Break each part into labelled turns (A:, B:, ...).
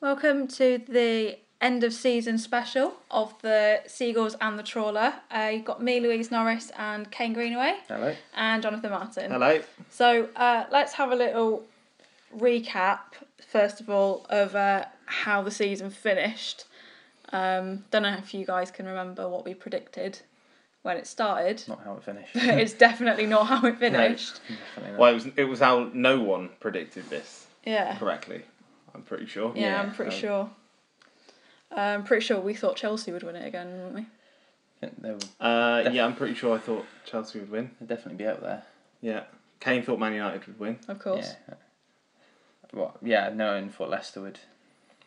A: Welcome to the end of season special of the Seagulls and the Trawler. Uh, you've got me, Louise Norris, and Kane Greenaway,
B: Hello.
A: and Jonathan Martin.
B: Hello.
A: So uh, let's have a little recap, first of all, of uh, how the season finished. Um, don't know if you guys can remember what we predicted when it started.
B: Not how it finished.
A: but it's definitely not how it finished.
B: Definitely not.
C: Well, it was it was how no one predicted this
A: Yeah.
C: correctly. I'm pretty sure.
A: yeah,
B: Yeah,
A: I'm pretty
B: um,
A: sure. I'm pretty sure we thought Chelsea would win it again, wouldn't we?
B: I think They'll
C: Uh, yeah, I'm pretty sure. I thought Chelsea would win.
B: they'll definitely be up there.
C: Yeah, Kane thought Man United would win.
A: Of course.
B: Yeah. Well, yeah, no one thought Leicester would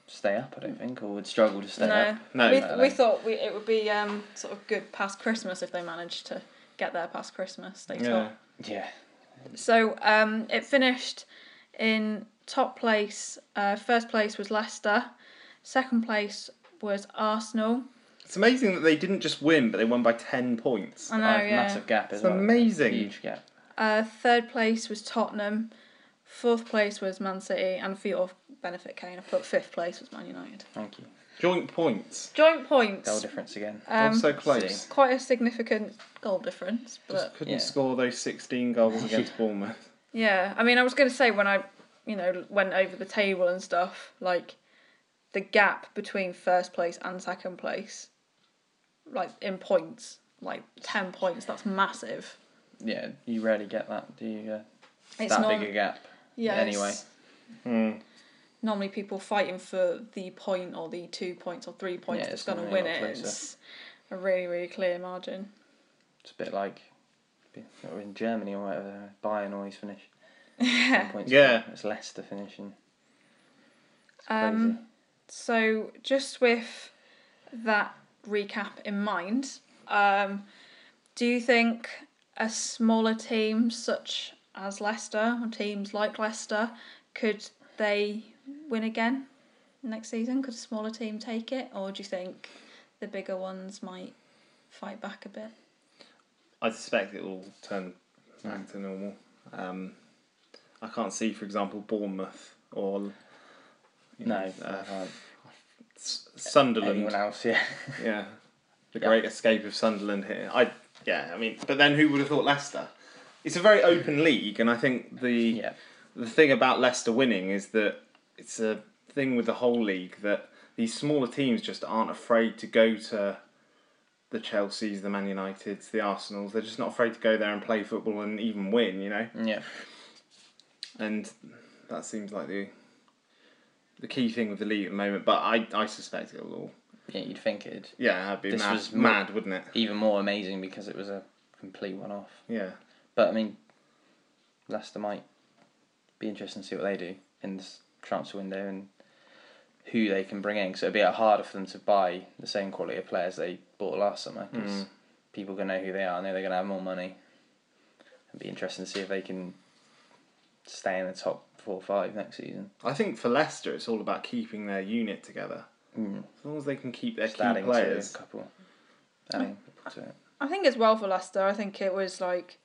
B: stay up, I don't think, or would struggle to stay
A: No,
B: up.
C: No,
A: we,
B: no,
A: we
B: no.
A: thought we, it would be um, sort of good past Christmas if they managed to get there past Christmas. They
C: Yeah,
A: thought.
B: Yeah.
A: So um, it finished in top place. Uh, first place was Leicester. Second place was Arsenal.
C: it's amazing that they didn't just win, but they won by ten points.
A: I know,
B: Like,
A: yeah.
B: Oh, Massive gap,
C: It's
B: isn't it?
C: amazing.
B: Huge gap.
A: Uh, third place was Tottenham. Fourth place was Man City, and for your benefit, Kane, I put fifth place was Man United.
B: Thank you.
C: Joint points.
A: Joint
B: Goal
A: points.
B: difference again.
A: Um,
C: also close.
A: quite a significant goal difference, but
C: Just couldn't
B: Yeah.
C: score those sixteen goals against Bournemouth.
A: yeah. I mean, I was going to say when I, you know, went over the table and stuff, like the gap between first place and second place, like in points, like ten points. That's massive.
B: Yeah, you rarely get that, do you? Uh,
A: It's
B: that
A: norm-
B: big a gap.
A: yeah, it's-
B: anyway. Hmm.
A: Normally, people fighting for the point or the two points or three points
B: Yeah,
A: that's
B: it's
A: going to
B: normally
A: win
B: a lot
A: it.
B: closer.
A: It's a really, really clear margin.
B: It's a bit like or in Germany or whatever, Bayern always finish.
A: Yeah.
B: points
C: Yeah.
B: It's Leicester finishing. It's crazy.
A: Um, So, just with that recap in mind, um, do you think a smaller team such as Leicester or teams like Leicester could they win again next season? Could a smaller team take it, or do you think the bigger ones might fight back a bit?
C: I suspect it will turn back to normal. Um, I can't see, for example, Bournemouth or you
B: no,
C: know, uh,
B: uh,
C: S- Sunderland.
B: anyone else? Yeah,
C: Yeah. The
B: Yeah.
C: great escape of Sunderland here. I yeah, I mean but then who would have thought Leicester? It's a very open league and I think the
B: yeah.
C: the thing about Leicester winning is that it's a thing with the whole league that these smaller teams just aren't afraid to go to the Chelseas, the Man Uniteds, the Arsenals. They're just not afraid to go there and play football and even win, you know?
B: Yeah,
C: And that seems like the the key thing with the league at the moment, but I, I suspect it will all
B: yeah. You'd think it'd
C: yeah, that'd be
B: This
C: mad,
B: was more-
C: mad, wouldn't it?
B: even more amazing because it was a complete one-off.
C: Yeah.
B: But I mean, Leicester might be interesting to see what they do in this transfer window and who they can bring in. Because it'll be a lot harder for them to buy the same quality of players they bought last summer. Because
C: Mm.
B: people gonna know who they are. and know they're gonna have more money. It'd be interesting to see if they can stay in the top four or five next season.
C: I think for Leicester, it's all about keeping their unit together.
B: Mm.
C: As long as they can keep their
B: Just
C: key
B: adding to
C: players.
B: a couple. Adding people to it.
A: I think as well for Leicester, I think it was like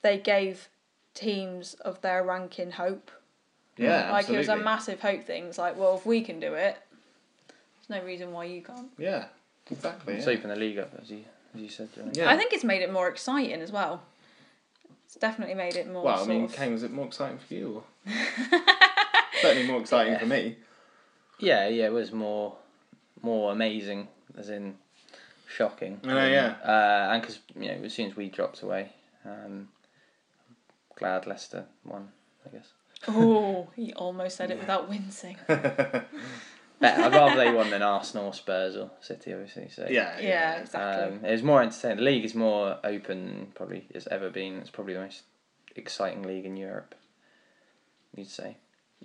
A: they gave teams of their ranking hope.
C: Yeah,
A: Mm. like
C: absolutely.
A: it was a massive hope thing. It's like, well, if we can do it, there's no reason why you can't.
C: yeah, exactly.
B: It's
C: yeah.
B: open the league up as you as you said. Johnny.
C: Yeah.
A: I think it's made it more exciting as well. It's definitely made it more.
C: well, I
A: sort
C: mean,
A: of-
C: Kane, was it more exciting for you? Or? Certainly more exciting for me.
B: Yeah, yeah, it was more, more amazing, as in shocking.
C: I know, Oh, yeah.
B: Uh, and because you know, as soon as we dropped away, um, glad Leicester won. I guess.
A: oh, he almost said it without wincing.
B: But I'd rather they won than Arsenal, or Spurs, or City, obviously. So
C: Yeah,
A: yeah, exactly.
B: Um, it was more entertaining. The league is more open, than probably it's ever been. It's probably the most exciting league in Europe. You'd say.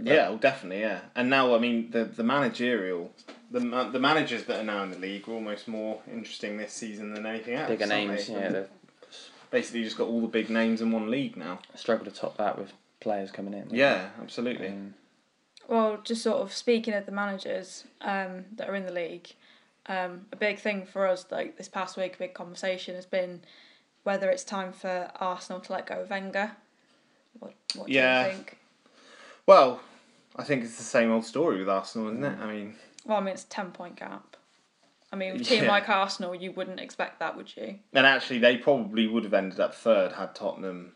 C: Yeah, well, definitely, yeah. And now, I mean, the the managerial, the ma- the managers that are now in the league are almost more interesting this season than anything else.
B: Bigger
C: aren't
B: names,
C: they?
B: yeah. They've
C: Basically, just got all the big names in one league now.
B: struggled to top that with players coming in.
C: Yeah, absolutely.
B: Um,
A: Well, just sort of speaking of the managers um, that are in the league, um, a big thing for us like this past week, a big conversation has been whether it's time for Arsenal to let go of Wenger. What, what do
C: Yeah.
A: you think?
C: Well, I think it's the same old story with Arsenal, isn't it? I mean,
A: Well, I mean, it's 10 point gap. I mean, with a team
C: Yeah.
A: like Arsenal, you wouldn't expect that, would you?
C: and actually, they probably would have ended up third had Tottenham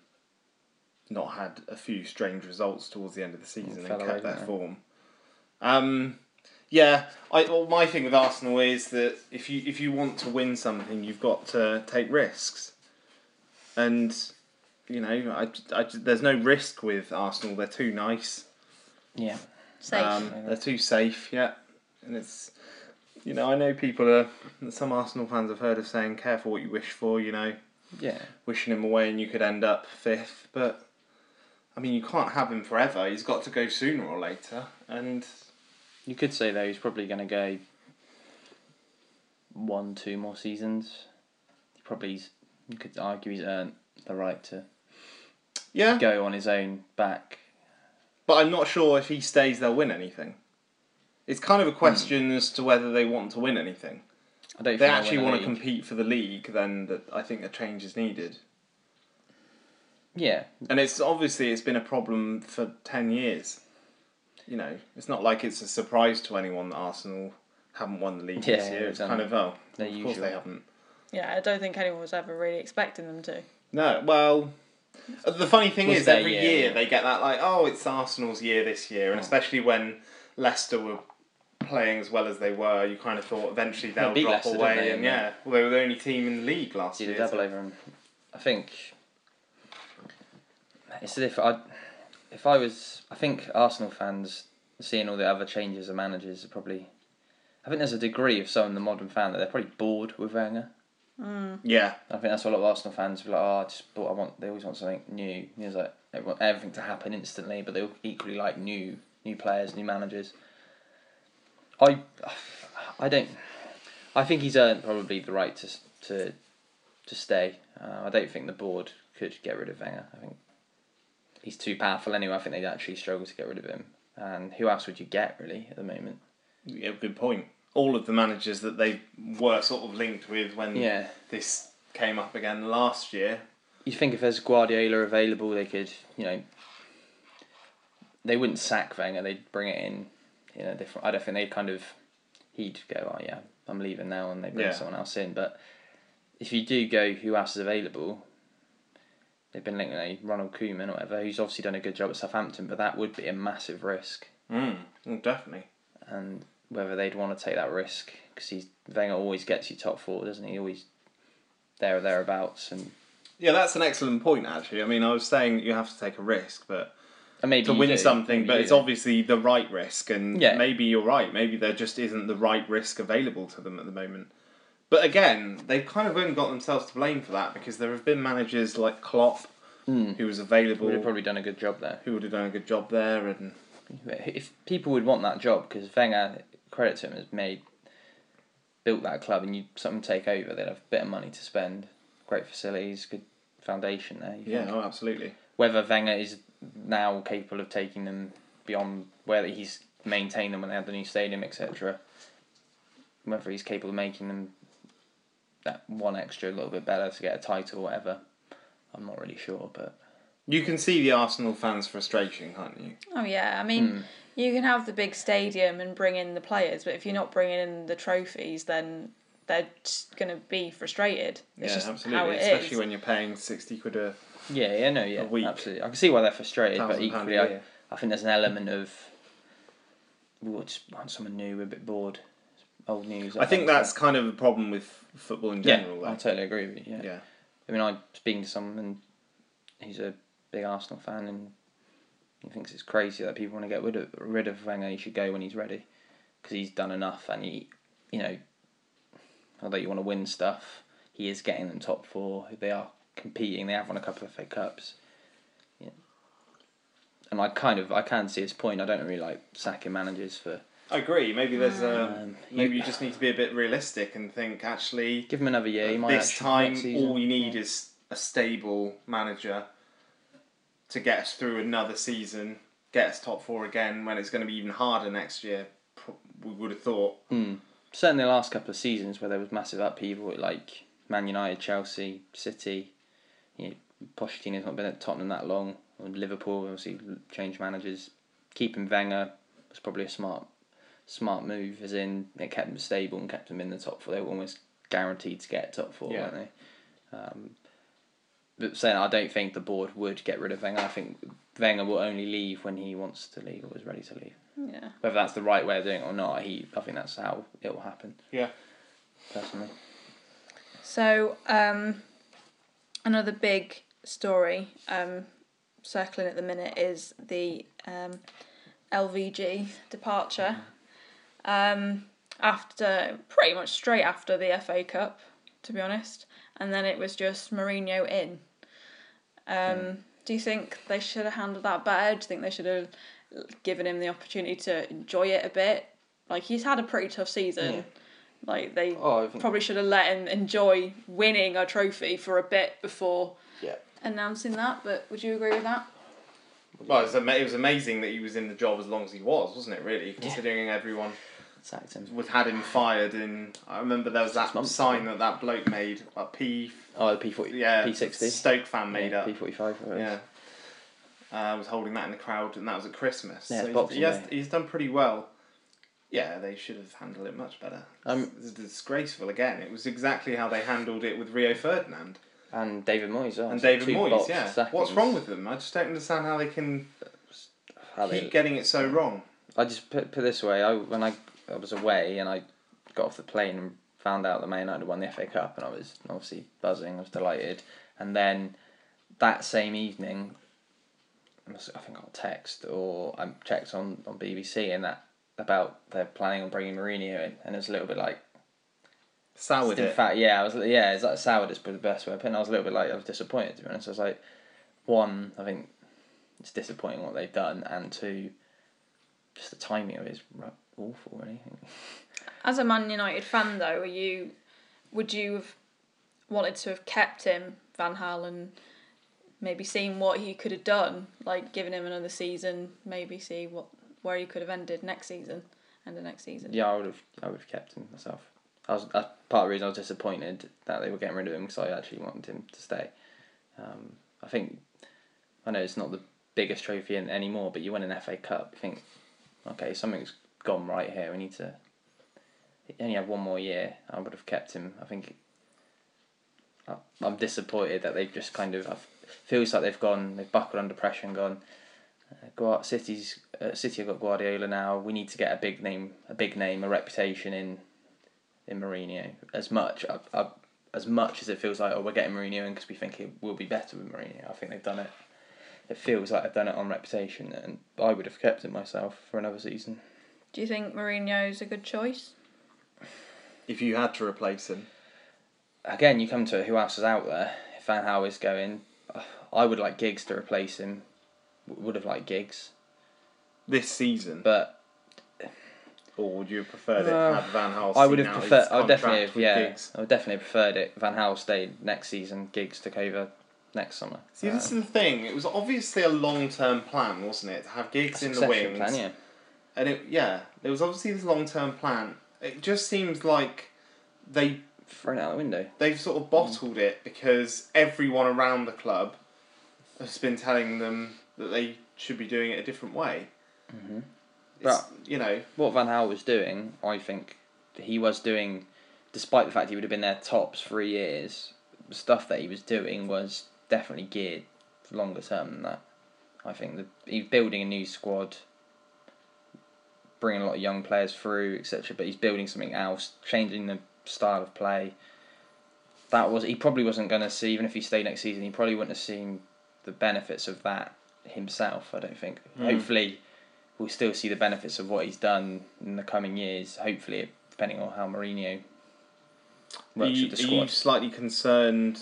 C: not had a few strange results towards the end of the season
B: fell
C: and
B: away,
C: kept their
B: didn't they?
C: form. Um, yeah, I well, my thing with Arsenal is that if you if you want to win something, you've got to take risks, and you know, I, I- there's no risk with Arsenal. They're too nice.
B: Yeah.
A: Safe.
C: Um, they're too safe, yeah. And it's, you know, I know people are, some Arsenal fans I've heard of saying, careful what you wish for, you know,
B: Yeah.
C: wishing him away and you could end up fifth. But, I mean, you can't have him forever. He's got to go sooner or later. And,
B: You could say though he's probably going to go one, two more seasons. He probably's you could argue he's earned the right to
C: yeah,
B: go on his own back.
C: but I'm not sure if he stays, they'll win anything. It's kind of a question as to whether they want to win anything.
B: I don't.
C: Hmm.
B: think
C: If they actually want to
B: compete.
C: compete for the league, then that I think a change is needed.
B: Yeah,
C: and it's obviously it's been a problem for 10 years you know it's not like it's a surprise to anyone that arsenal haven't won the league this
B: Yeah,
C: year it's
B: um,
C: kind of oh
B: their
C: of course
B: usual.
C: they haven't
A: yeah, I don't think anyone was ever really expecting them to.
C: no well uh, the funny thing
B: Was
C: is
B: their
C: every
B: year,
C: year,
B: yeah. Oh.
C: they get that like oh it's arsenal's year this year and especially when leicester were playing as well as they were you kind of thought eventually
B: They
C: they'll
B: beat
C: drop
B: Leicester, didn't
C: away
B: they,
C: and
B: in the-
C: yeah well they were the only team in the league last
B: did
C: year
B: a double
C: so-
B: over him. I think it's as if I, if I was, I think Arsenal fans seeing all the other changes of managers are probably. I think there's a degree of some in the modern fan that they're probably bored with Wenger.
C: yeah
B: I think that's why a lot of Arsenal fans were like, "Oh, I just but I want." They always want something new. It's like they want everything to happen instantly, but they equally like new, new players, new managers. I, I don't. I think he's earned probably the right to to to stay. Uh, I don't think the board could get rid of Wenger. I think he's too powerful anyway. I think they'd actually struggle to get rid of him. And who else would you get really at the moment?
C: Yeah, good point. All of the managers that they were sort of linked with when
B: Yeah.
C: this came up again last year.
B: you think if there's Guardiola available, they could, you know, they wouldn't sack Wenger. They'd bring it in, you know, different. I don't think they'd kind of he'd go, oh yeah, I'm leaving now, and they bring
C: Yeah.
B: someone else in. But if you do go, who else is available? They've been linked with you know, Ronald Koeman or whatever, who's obviously done a good job at Southampton, but that would be a massive risk,
C: Mm, well, definitely.
B: and whether they'd want to take that risk because he's Wenger always gets you top four, doesn't he? He Always there or thereabouts, and,
C: Yeah, that's an excellent point, actually. I mean, I was saying you have to take a risk, but
B: and maybe
C: to
B: you
C: win
B: do,
C: something,
B: maybe
C: but
B: you
C: it's
B: do.
C: obviously the right risk, and
B: Yeah.
C: maybe you're right. Maybe there just isn't the right risk available to them at the moment. But again, they've kind of only got themselves to blame for that because there have been managers like Klopp, who was available,
B: Would have probably done a good job there.
C: who would have done a good job there, and
B: If people would want that job, because Wenger, credit to him, has made built that club, and you something take over, they'd have a bit of money to spend, great facilities, good foundation there. you
C: yeah,
B: think.
C: oh, absolutely.
B: Whether Wenger is now capable of taking them beyond whether he's maintained them when they had the new stadium, etc. Whether he's capable of making them that one extra little bit better to get a title, or whatever. I'm not really sure, but
C: You can see the Arsenal fans' frustration, can't you?
A: Oh, yeah. I mean,
C: Hmm.
A: you can have the big stadium and bring in the players, but if you're not bringing in the trophies, then they're just going to be frustrated. It's just how it is.
C: Especially when you're paying sixty quid a
B: Yeah, yeah, no, yeah,
C: a week.
B: absolutely. I can see why they're frustrated, but
C: Thousand pound a
B: equally, I,
C: year.
B: I think there's an element of we all just want someone new. We're a bit bored. It's old news.
C: I think
B: so.
C: that's kind of a problem with football in
B: yeah.
C: general.
B: I
C: though.
B: totally agree with you. Yeah.
C: yeah.
B: I mean, I'm speaking to someone, and he's a big Arsenal fan, and he thinks it's crazy that people want to get rid of rid of Wenger. He should go when he's ready, because he's done enough, and he, you know, although you want to win stuff, he is getting them top four. They are competing. They have won a couple of FA Cups. Yeah. And I kind of I can see his point. I don't really like sacking managers for
C: I agree. Maybe there's a
B: Um,
C: maybe
B: you-
C: you just need to be a bit realistic and think actually
B: give him another year. He might
C: this
B: actually-
C: time
B: next season.
C: all you need is a stable manager to get us through another season, get us top four again when it's going to be even harder next year. pro- We would have thought.
B: certainly the last couple of seasons where there was massive upheaval, like Man United, Chelsea, City. You know, Pochettino's not been at Tottenham that long, and Liverpool obviously changed managers keeping Wenger was probably a smart smart move, as in it kept them stable and kept them in the top four. They were almost guaranteed to get top four,
C: Yeah.
B: weren't they? Um, but saying I don't think the board would get rid of Wenger. I think Wenger will only leave when he wants to leave or is ready to leave.
A: Yeah.
B: Whether that's the right way of doing it or not, he I think that's how it will happen
C: Yeah.
B: personally.
A: So, um, another big story um, circling at the minute is the um, LVG departure. Um, after pretty much straight after the FA Cup, to be honest, and then it was just Mourinho in. Um,
B: Hmm.
A: Do you think they should have handled that better? Do you think they should have given him the opportunity to enjoy it a bit? Like he's had a pretty tough season.
B: Yeah.
A: Like they
B: Oh, I think
A: probably should have let him enjoy winning a trophy for a bit before
B: yeah.
A: announcing that. But would you agree with that?
C: Well, it was, ama- it was amazing that he was in the job as long as he was, wasn't it? Really, considering everyone
B: Sacked him.
C: would had him fired. In I remember there was that
B: months,
C: sign that that bloke made, like P,
B: Oh, the P forty.
C: yeah,
B: P sixty.
C: Stoke fan made
B: yeah,
C: up.
B: P forty five.
C: Yeah. Uh, was holding that in the crowd, and that was at Christmas.
B: Yeah,
C: so
B: it's
C: he's,
B: Boxing
C: he has,
B: Day.
C: he's done pretty well. Yeah, they should have handled it much better.
B: Um,
C: it's disgraceful again. It was exactly how they handled it with Rio Ferdinand
B: And David Moyes. Oh,
C: and
B: it's
C: David
B: two
C: Moyes.
B: boxed
C: Yeah,
B: seconds.
C: what's wrong with them? I just don't understand how they can
B: How they-
C: keep getting it so wrong.
B: I just put put it this way. I when I I was away and I got off the plane and found out that Man United won the FA Cup and I was obviously buzzing. I was delighted. And then that same evening, I must- I think I got a text or I checked on on BBC and that about they're planning on bringing Mourinho in and it was a little bit like
C: Soured
B: in
C: it.
B: fact, yeah, I was yeah, it's like soured is probably the best way of putting. it. I was a little bit like I was disappointed to be honest. I was like, one, I think it's disappointing what they've done, and two, just the timing of it is ru- awful. Really,
A: As a Man United fan, though, are you would you have wanted to have kept him, Van Hal, and maybe seen what he could have done, like giving him another season, maybe see what where he could have ended next season, end of next season.
B: yeah, I would have, I would have kept him myself. I was that's part of the reason I was disappointed that they were getting rid of him because I actually wanted him to stay. Um, I think I know it's not the biggest trophy in, anymore, but you win an FA Cup. You think, okay, something's gone right here. We need to. He only had one more year. I would have kept him. I think. I- I'm disappointed that they've just kind of. I f- feels like they've gone. They've buckled under pressure and gone. Uh, Gua- City's uh, City have got Guardiola now. We need to get a big name, a big name, a reputation in, in Mourinho. As much, I, I, as much as it feels like, oh, we're getting Mourinho in because we think it will be better with Mourinho. I think they've done it. It feels like they've done it on reputation, and I would have kept it myself for another season.
A: Do you think Mourinho's a good choice?
C: If you had to replace him,
B: Again, you come to who else is out there. If Van Gaal is going, I would like Gigs to replace him. W- Would have liked Gigs,
C: this season,
B: but
C: or would you have preferred
B: No.
C: it had Van Hal?
B: I would
C: seen
B: have
C: out his
B: preferred. I would
C: contract
B: definitely have.
C: with
B: Yeah,
C: Giggs?
B: I would definitely have preferred it. Van Hal stayed next season. Giggs took over next summer. Uh,
C: See, this is the thing. It was obviously a long-term plan, wasn't it? To have gigs in the
B: succession
C: wings,
B: plan, yeah.
C: and it yeah, there was obviously this long-term plan. It just seems like they
B: Thrown out the window.
C: they've sort
B: Hmm.
C: of bottled it because everyone around the club has been telling them that they should be doing it a different way. Mm-hmm. It's, you know,
B: What Van Hal was doing, I think, he was doing, despite the fact he would have been their tops three years, the stuff that he was doing was definitely geared for longer term than that. I think the, he's building a new squad, bringing a lot of young players through, etc. But he's building something else, changing the style of play. That was he probably wasn't going to see even if he stayed next season. He probably wouldn't have seen the benefits of that himself. I don't think. Hopefully, we'll still see the benefits of what he's done in the coming years. Hopefully, depending on how Mourinho
C: are
B: works
C: you,
B: with the
C: are
B: squad.
C: you slightly concerned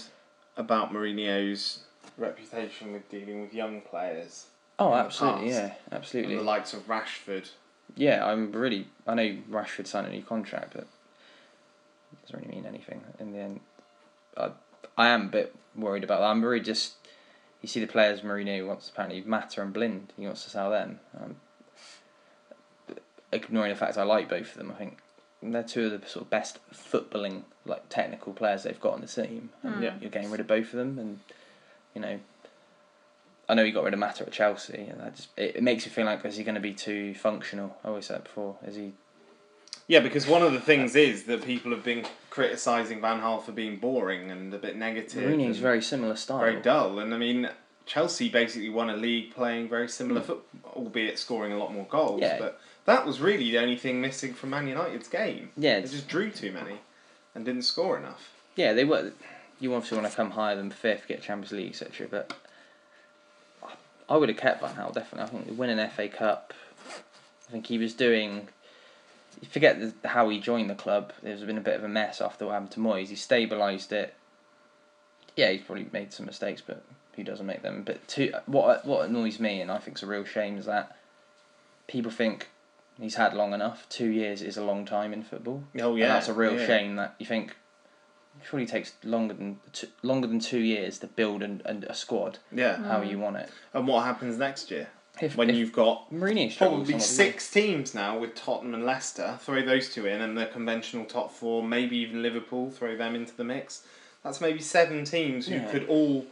C: about Mourinho's reputation with dealing with young players
B: Oh,
C: in the
B: absolutely,
C: past.
B: yeah, absolutely.
C: and the likes of Rashford?
B: yeah, I'm really. I know Rashford signed a new contract, but it doesn't really mean anything in the end. I I am a bit worried about that. I'm worried just. You see the players Mourinho wants apparently Matter and Blind. He wants to sell them. Um, ignoring the fact I like both of them, I think they're two of the sort of best footballing like
C: Hmm.
B: technical players they've got on the team. And
C: Yeah.
B: You're getting rid of both of them, and you know I know he got rid of Matter at Chelsea, and that just it, it makes you feel like is he going to be too functional? I always said that before. Is he?
C: Yeah, because one of the things is that people have been criticising Van Hal for being boring and a bit negative.
B: Rooney's
C: and
B: very similar style.
C: very dull. And I mean, Chelsea basically won a league playing very similar football, albeit scoring a lot more goals.
B: Yeah.
C: But that was really the only thing missing from Man United's game.
B: Yeah,
C: They just drew too many and didn't score enough.
B: yeah, they were. You obviously want to come higher than fifth, get Champions League, etc. But I- I would have kept Van Hal definitely. I think they win an FA Cup. I think he was doing. You forget the, how he joined the club. There's been a bit of a mess after what happened to Moyes. He stabilised it. Yeah, he's probably made some mistakes, but who doesn't make them? But two, what what annoys me and I think's a real shame is that people think he's had long enough. Two years is a long time in football.
C: Oh
B: And that's a real
C: yeah.
B: shame that you think surely takes longer than two, longer than two years to build and, and a squad
C: Yeah.
B: how you want it.
C: And what happens next year
B: If,
C: when
B: if
C: you've got
B: Mourinho struggles,
C: probably
B: I'm not-
C: six teams now with Tottenham and Leicester? Throw those two in, and the conventional top four, maybe even Liverpool. Throw them into the mix. That's maybe seven teams who
B: Yeah.
C: could all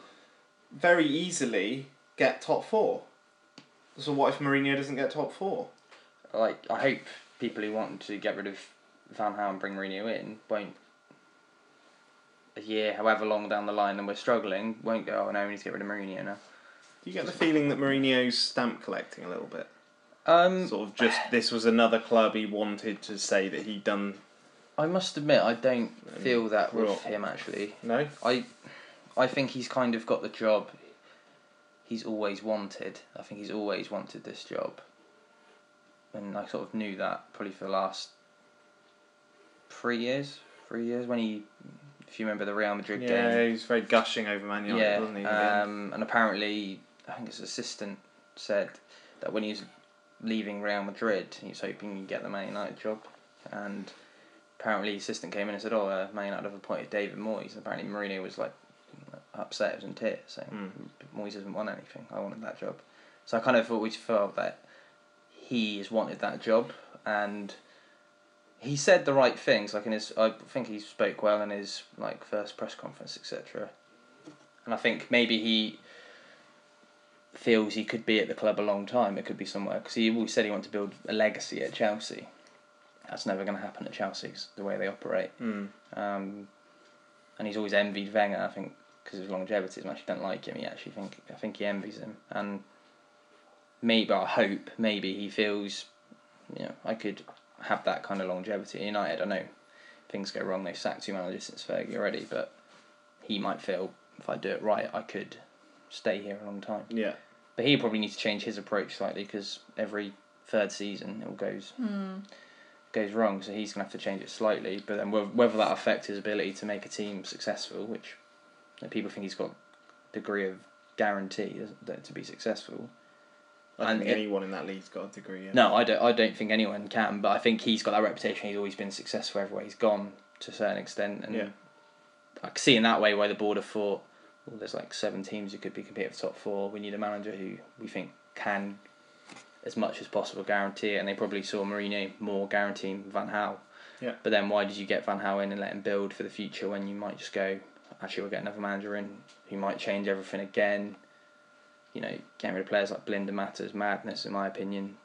C: very easily get top four. So what if Mourinho doesn't get top four?
B: like I hope people who want to get rid of Van Gaal and bring Mourinho in won't a year, however long down the line, and we're struggling, won't go. Oh no, we need to get rid of Mourinho now.
C: Do you get the feeling that Mourinho's stamp collecting a little bit?
B: Um,
C: Sort of just this was another club he wanted to say that he'd done.
B: I must admit, I don't feel that
C: Well-
B: with him actually.
C: No,
B: I, I think he's kind of got the job. He's always wanted. I think he's always wanted this job. And I sort of knew that probably for the last three years, three years when he, if you remember the Real Madrid game,
C: yeah, he was very gushing over Man United,
B: yeah,
C: wasn't he? again?
B: um, and apparently, I think his assistant said that when he was leaving Real Madrid, he was hoping he'd get the Man United job. And apparently, his assistant came in and said, "Oh, uh, Man United have appointed David Moyes." And apparently, Mourinho was like upset, he was in tears, saying, "Moyes hasn't won anything. I wanted that job." So I kind of always felt that he has wanted that job, and he said the right things. Like in his, I think he spoke well in his like first press conference, etc. And I think maybe he feels he could be at the club a long time. It could be somewhere because he always said he wanted to build a legacy at Chelsea. That's never going to happen at Chelsea 'cause the way they operate.
C: Mm.
B: Um, and he's always envied Wenger, I think, because of his longevity. And I actually don't like him. He actually think I think he envies him. And maybe I hope maybe he feels, you know, I could have that kind of longevity at United. I know things go wrong. They've sacked two managers since Fergie already, but he might feel if I do it right, I could stay here a long time.
C: Yeah.
B: But he probably needs to change his approach slightly because every third season it all goes goes wrong. So he's gonna have to change it slightly. But then whe- whether that affects his ability to make a team successful, which you know, people think he's got degree of guarantee as- that to be successful.
C: I don't
B: And
C: think
B: it-
C: anyone in that league's got a degree. Yeah.
B: No, I don't. I don't think anyone can. But I think he's got that reputation. He's always been successful everywhere he's gone to a certain extent. And
C: Yeah.
B: I can see in that way why the board have thought, well, there's like seven teams who could be competing for top four. We need a manager who we think can, as much as possible, guarantee it. And they probably saw Mourinho more guaranteeing Van Gaal.
C: Yeah.
B: But then why did you get Van Gaal in and let him build for the future when you might just go, actually, we'll get another manager in who might change everything again. You know, getting rid of players like Blinder matters madness, in my opinion.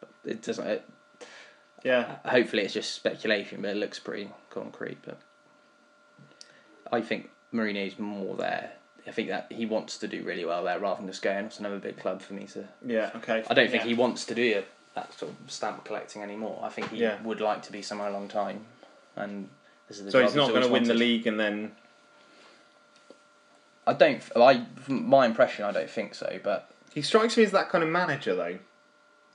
B: But it doesn't. It,
C: Yeah.
B: hopefully it's just speculation, but it looks pretty concrete. But I think Mourinho's more there. I think that he wants to do really well there rather than just going, it's another big club for me to.
C: Yeah. Okay.
B: I don't think
C: Yeah.
B: he wants to do that sort of stamp collecting anymore. I think he
C: Yeah.
B: would like to be somewhere a long time. And this is the
C: So
B: job
C: he's not going to
B: always
C: win the
B: wanted.
C: league and then.
B: I don't. I, from my impression, I don't think so, but
C: He strikes me as that kind of manager, though.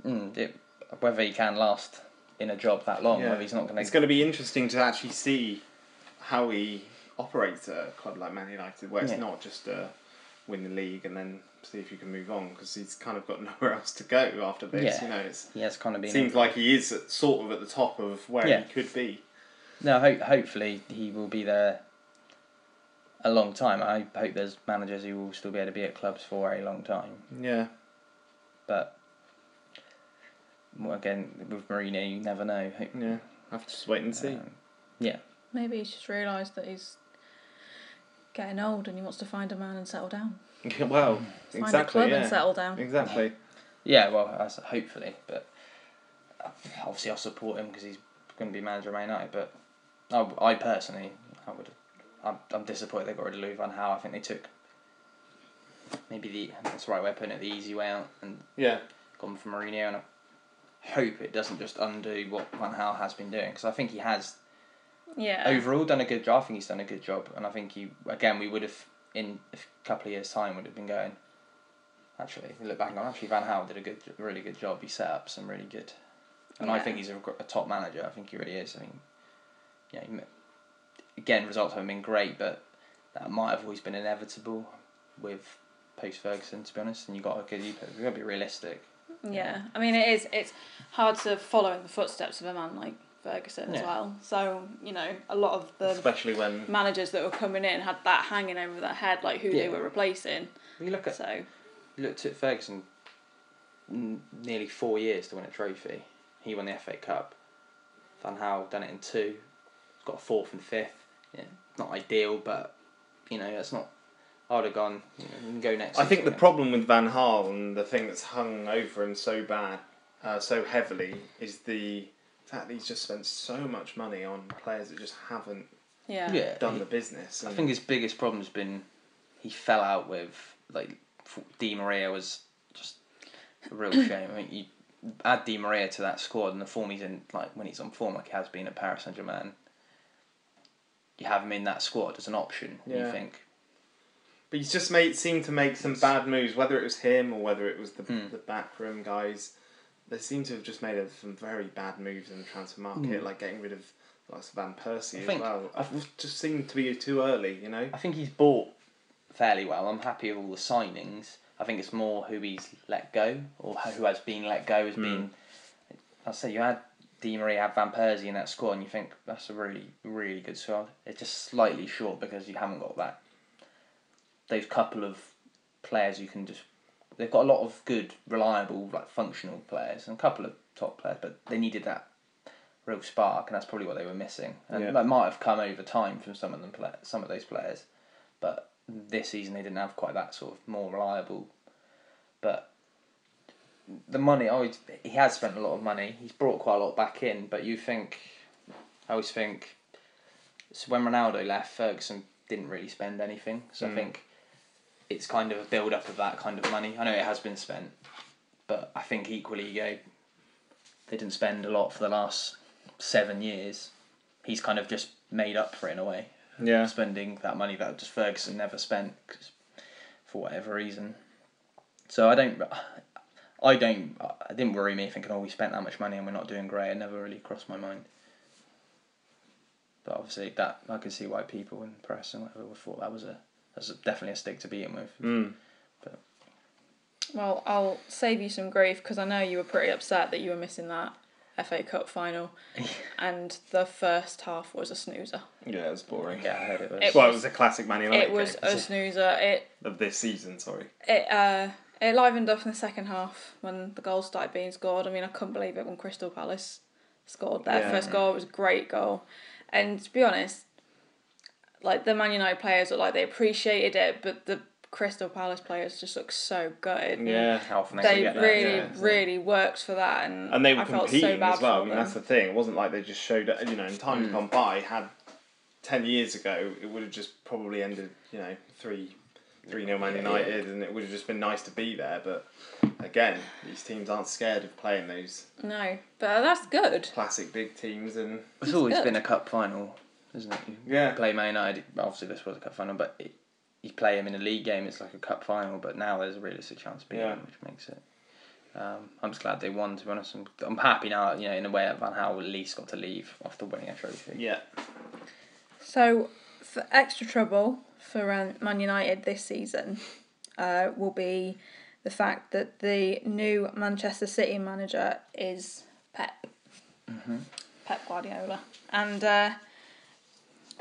B: mm, it, whether he can last in a job that long,
C: Yeah.
B: whether he's not going
C: It's going to be interesting to actually see how he operates at a club like Man United, where it's
B: Yeah.
C: not just a win the league and then see if you can move on, because he's kind of got nowhere else to go after this.
B: Yeah.
C: You know, it's,
B: He has kind of
C: it
B: been.
C: seems like he is at- sort of at the top of where
B: Yeah.
C: he could be.
B: No, ho- hopefully he will be there a long time. I hope there's managers who will still be able to be at clubs for a long time.
C: Yeah.
B: But well, again, with Mourinho, you never know. Ho-
C: Yeah.
B: Um,
C: I have to just wait and see.
B: Yeah,
A: Maybe he's just realised that he's getting old and he wants to find a man and settle down.
C: well,
A: Find
C: exactly.
A: a club
C: yeah.
A: and settle down.
C: Exactly.
B: Yeah, well, as hopefully, but uh, obviously I'll support him because he's going to be manager of Man United. But I, I personally, I would, I'm, I'm disappointed they got rid of Louis Van Gaal. I think they took maybe the that's the right way of putting it, the easy way out, and
C: Yeah.
B: gone for Mourinho. And I hope it doesn't just undo what Van Gaal has been doing because I think he has
A: Yeah.
B: overall done a good job. I think he's done a good job, and I think he again we would have in a couple of years' time would have been going. Actually, if you look back and go, actually Van Gaal did a good, really good job. He set up some really good, and I
A: Yeah.
B: think he's a, gr- a top manager. I think he really is. I mean, yeah, he, m- again results haven't been great, but that might have always been inevitable with post Ferguson. To be honest, and you got to you got to be realistic.
A: Yeah, I mean it is. It's hard to follow in the footsteps of a man like Ferguson as
B: Yeah.
A: well. So you know, a lot of the
C: Especially when
A: managers that were coming in had that hanging over their head, like who they
B: Yeah.
A: were replacing.
B: You look at
A: So
B: looked at Ferguson n- nearly four years to win a trophy. He won the FA Cup. Van Gaal done it in two. Got a fourth and fifth. Yeah, not ideal, but you know that's not. I'd have gone. You know, you can go next.
C: I think the
B: season.
C: problem with Van Hal and the thing that's hung over him so bad, uh, so heavily, is the fact that he's just spent so much money on players that just haven't
A: yeah,
B: Yeah,
C: done
B: he-
C: the business.
B: I
C: and-
B: think his biggest problem's been he fell out with like F- Di Maria was just a real shame. I mean, you add Di Maria to that squad and the form he's in, like when he's on form, like he has been at Paris Saint Germain. You have him in that squad as an option. and
C: Yeah.
B: You think
C: But he's just made seemed to make some bad moves, whether it was him or whether it was the
B: Hmm.
C: the backroom guys. They seem to have just made some very bad moves in the transfer market,
B: Hmm.
C: like getting rid of the likes of Van Persie
B: I
C: as
B: think-
C: well. I've just seemed to be too early, you know.
B: I think he's bought fairly well. I'm happy with all the signings. I think it's more who he's let go or who has been let go has been. I say you had Di Maria, had Van Persie in that squad, and you think that's a really, really good squad. It's just slightly short because you haven't got that. Those couple of players you can just. They've got a lot of good, reliable, like functional players and a couple of top players, but they needed that real spark, and that's probably what they were missing. And
C: Yeah.
B: that might have come over time from some of them, play, some of those players, but this season they didn't have quite that sort of more reliable. But the money, I always, he has spent a lot of money. He's brought quite a lot back in, but you think, I always think, so when Ronaldo left, Ferguson didn't really spend anything. So I
C: Mm.
B: think it's kind of a build up of that kind of money. I know it has been spent, but I think equally you go, they didn't spend a lot for the last seven years. He's kind of just made up for it in a way,
C: Yeah,
B: spending that money that just Ferguson never spent 'cause- for whatever reason. So I don't, I don't, it didn't worry me thinking, oh, we spent that much money and we're not doing great. It never really crossed my mind. But obviously, that I could see why people in the press and whatever would thought that was a that's definitely a stick to beat him with.
C: Mm.
A: Well, I'll save you some grief because I know you were pretty upset that you were missing that FA Cup final, and the first half was a snoozer.
C: yeah, it was boring.
B: Yeah, I heard it was.
A: It
C: well,
A: was-
C: it was a classic Man United
A: it was
C: game
A: a snoozer. It
C: of this season. Sorry.
A: it uh it livened up in the second half when the goals started being scored. I mean, I couldn't believe it when Crystal Palace scored their
C: Yeah.
A: first goal. It was a great goal, and to be honest, like the Man United players looked like they appreciated it, but the Crystal Palace players just looked so good.
C: Yeah.
B: How often
A: They
B: get that?
A: really,
C: yeah.
A: really worked for that, and,
C: and they were
A: I felt
C: competing
A: so bad
C: as well. I
A: for
C: mean,
A: them. Mm.
C: that's the thing. It wasn't like they just showed up. You know, in time gone by, had ten years ago, it would have just probably ended. You know, three, three nil Man
B: Yeah,
C: United, and it would have just been nice to be there. But again, these teams aren't scared of playing those
A: No, but that's good.
C: classic big teams, and
B: It's always
A: good.
B: been a cup final, isn't it? You
C: Yeah.
B: Play Man United. Obviously, this was a cup final, but it, you play them in a league game. It's like a cup final, but now there's a realistic chance of beating
C: Yeah.
B: them, which makes it. Um, I'm just glad they won. To be honest, I'm, I'm happy now. You know, in a way, that Van Gaal at least got to leave after winning a trophy.
C: yeah,
A: So, for extra trouble for um, Man United this season uh, will be the fact that the new Manchester City manager is Pep. Pep Guardiola. And uh,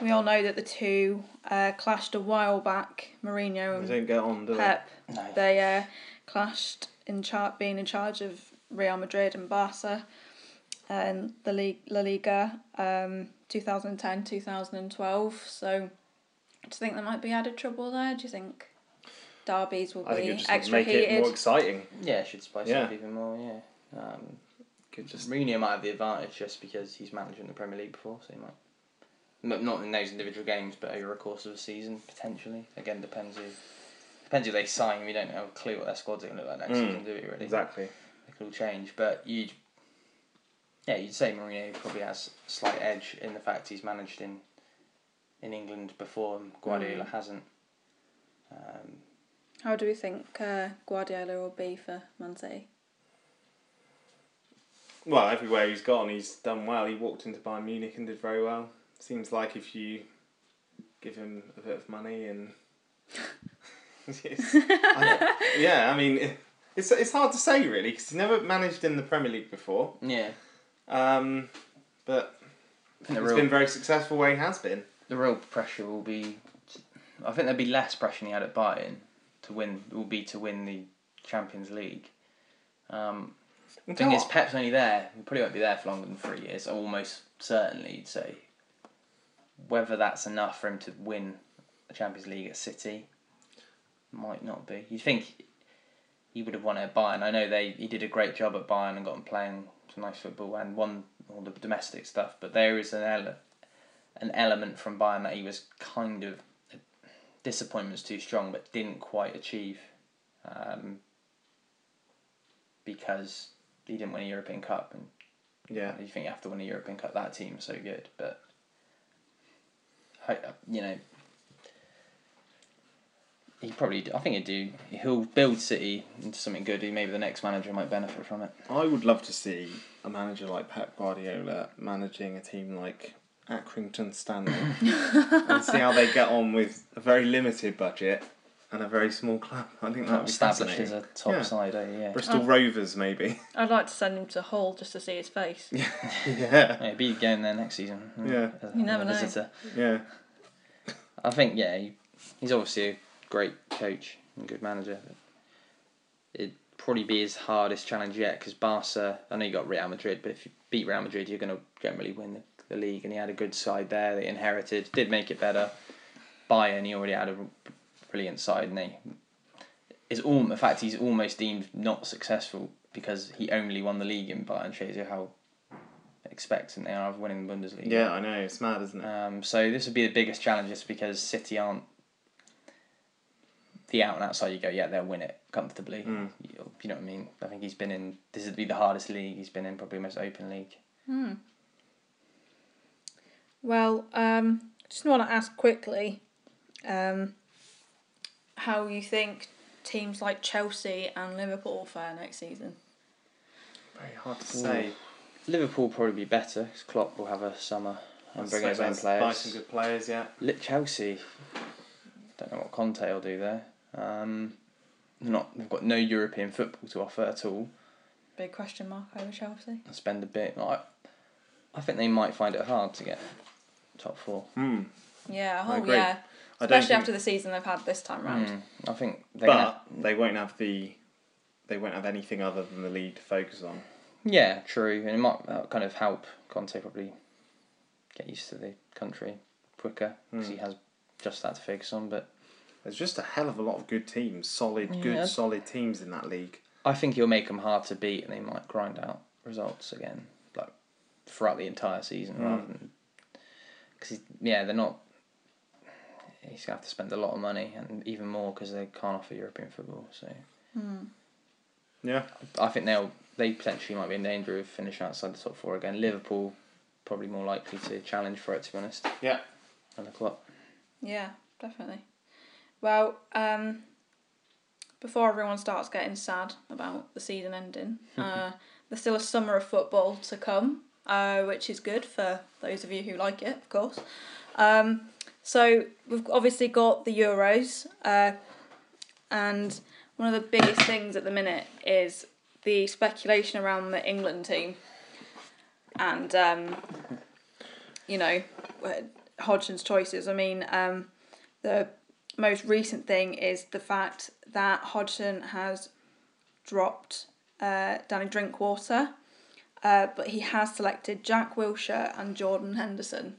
A: we all know that the two uh, clashed a while back, Mourinho
C: they
A: and
C: don't get on, do they?
A: Pep.
B: No.
A: They uh, clashed in char- being in charge of Real Madrid and Barca uh, and the league La Liga um, 2010 2012. So Do you think there might be added trouble there? Do you think derbies will
C: I think
A: be
C: it just would
A: extra
C: make
A: heated?
C: it more exciting.
B: Yeah, it should spice
C: Yeah.
B: up even more. Yeah, um, could just Mourinho might have the advantage just because he's managed in the Premier League before, so he might. N- Not in those individual games, but over a course of a season potentially. Again, depends who depends who they sign. We don't have a clue what their squad's going to look like next
C: Mm,
B: season, do we? Really,
C: Exactly.
B: It could all change, but you. would Yeah, you'd say Mourinho probably has a slight edge in the fact he's managed in, in England before. and Guardiola
C: Mm.
B: hasn't. Um,
A: How do we think uh, Guardiola will be for Man City?
C: Well, everywhere he's gone, he's done well. He walked into Bayern Munich and did very well. Seems like if you give him a bit of money and Yes. I- yeah, I mean, it- it's it's hard to say really because he's never managed in the Premier League before.
B: yeah,
C: Um, but
B: I think
C: it's
B: the real
C: been very successful where he has been.
B: the real pressure will be, I think there'll be less pressure than he had at Bayern to win. Will be to win the Champions League. Um, the thing is, Pep's only there. He probably won't be there for longer than three years. Almost certainly, you'd say. Whether that's enough for him to win the Champions League at City, might not be. You'd think he would have won it at Bayern. I know they he did a great job at Bayern and got him playing some nice football and won all the domestic stuff. But there is an ele- an element from Bayern that he was kind of disappointment's too strong, but didn't quite achieve um, because he didn't win a European Cup, and
C: yeah,
B: you think you have to win a European Cup. That team's so good, but ho- you know, he probably. I think he do. He'll build City into something good. and Maybe the next manager might benefit from it.
C: I would love to see a manager like Pep Guardiola managing a team like Accrington Stanley and see how they get on with a very limited budget and a very small club. I think that would be
B: Established as
C: fascinating.
B: a top
C: Yeah.
B: side, eh? yeah.
C: Bristol
A: Oh.
C: Rovers, maybe.
A: I'd like to send him to Hull just to see his face.
C: yeah,
B: Yeah, be going there next season.
C: Yeah.
B: As a-
A: You never
B: as a
A: know.
B: visitor.
C: yeah.
B: I think yeah, he, he's obviously a great coach and good manager. It'd probably be his hardest challenge yet because Barca. I know you got Real Madrid, but if you beat Real Madrid, you're going to generally win the, the league. And he had a good side there. They inherited, did make it better. Bayern, he already had a brilliant side, and they is all. In fact, he's almost deemed not successful because he only won the league in Bayern. Shows you how expectant they are of winning the Bundesliga.
C: Yeah, I know. It's mad, isn't it?
B: Um, so this would be the biggest challenge just because City aren't the out and outside you go, yeah, they'll win it comfortably.
C: Mm.
B: You, you know what I mean? I think he's been in, this would be the hardest league he's been in, probably the most open league.
A: Well, um, just want to ask quickly um, how you think teams like Chelsea and Liverpool fare next season.
C: Very hard to say.
B: Liverpool probably be better because Klopp will have a summer and bring
C: Say
B: his own
C: let's Buy some
B: players.
C: good players, yeah.
B: Lit Chelsea, don't know what Conte will do there. Um, they're not, they've got no European football to offer at all.
A: Big question mark over Chelsea.
B: and spend a bit. I, I think they might find it hard to get top four.
C: Hmm.
A: Yeah, oh
C: agree.
A: yeah.
C: I don't
A: Especially
C: think-
A: after the season they've had this time round.
B: Mm, I think they.
C: But they won't have the. They won't have anything other than the lead to focus on.
B: yeah, true, and it might uh, kind of help Conte probably get used to the country quicker because he has just that to focus on. But
C: There's just a hell of a lot of good teams, solid,
B: Yeah.
C: good, solid teams in that league.
B: I think he'll make them hard to beat, and they might grind out results again, like throughout the entire season, rather than because yeah, they're not. He's gonna have to spend a lot of money, and even more because they can't offer European football. So.
C: Yeah.
B: I think they'll they potentially might be in danger of finishing outside the top four again. Liverpool probably more likely to challenge for it to be honest.
C: Yeah.
B: And the clock.
A: Yeah, definitely. Well, um, before everyone starts getting sad about the season ending, uh, there's still a summer of football to come, uh, which is good for those of you who like it, of course. Um, so we've obviously got the Euros, uh, and one of the biggest things at the minute is the speculation around the England team, and um, you know, Hodgson's choices. I mean, um, the most recent thing is the fact that Hodgson has dropped uh, Danny Drinkwater, uh, but he has selected Jack Wilshire and Jordan Henderson.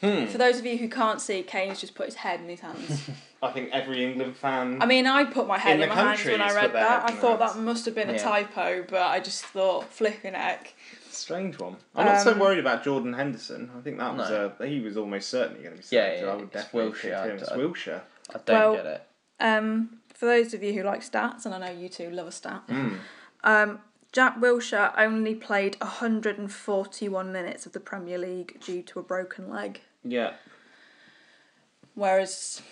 C: Hmm.
A: For those of you who can't see, Kane's just put his head in his hands.
C: I think every England fan.
A: I mean, I put my head
C: In
A: in,
C: the
A: my hands when I
C: countries,
A: read
C: put their
A: that.
C: head
A: I
C: in
A: thought
C: their
A: that must have been a
B: Yeah.
A: typo, but I just thought flipping heck.
C: strange one. I'm not so worried about Jordan Henderson. I think that was
B: No.
C: a. He was almost certainly going to be
B: Yeah,
C: selected.
B: yeah,
C: I would
B: it's
C: definitely
B: Wilshere,
C: pick him.
B: I'd-
C: It's
B: I'd-
C: Wilshire.
B: I don't
A: Well-
B: get it.
A: Um, for those of you who like stats, and I know you two love a stat,
B: Hmm.
A: um, Jack Wilshire only played 141 minutes of the Premier League due to a broken leg.
C: Yeah.
A: Whereas,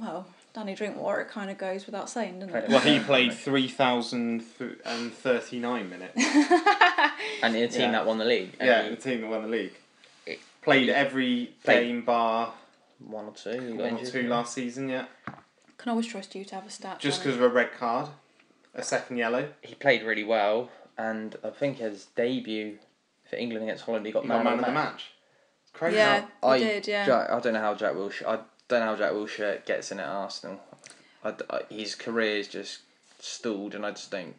A: well, Danny Drinkwater, it kind of goes without saying, doesn't it?
B: Right.
C: Well, he played three thousand and thirty-nine minutes.
B: And in a team
C: Yeah.
B: that won the league. and
C: yeah,
B: he-
C: the team that won the league. Played every
B: Played-
C: game bar
B: one or two. he got
C: one or
B: injured.
C: two last season. Yeah,
A: Can always trust you to have a stat.
C: just
A: Danny.
C: because of a red card, a second yellow.
B: He played really well, and I think his debut for England against Holland, he got
C: He
B: man,
C: got man of
B: of
C: the match. It's crazy.
A: Yeah, he
B: I
A: did, yeah.
B: Jack, I don't know how Jack Wilshere. I don't know how Jack Wilshere gets in at Arsenal. I d I his career is just stalled, and I just don't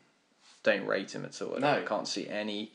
B: don't rate him at all. I,
C: No.
B: I can't see any.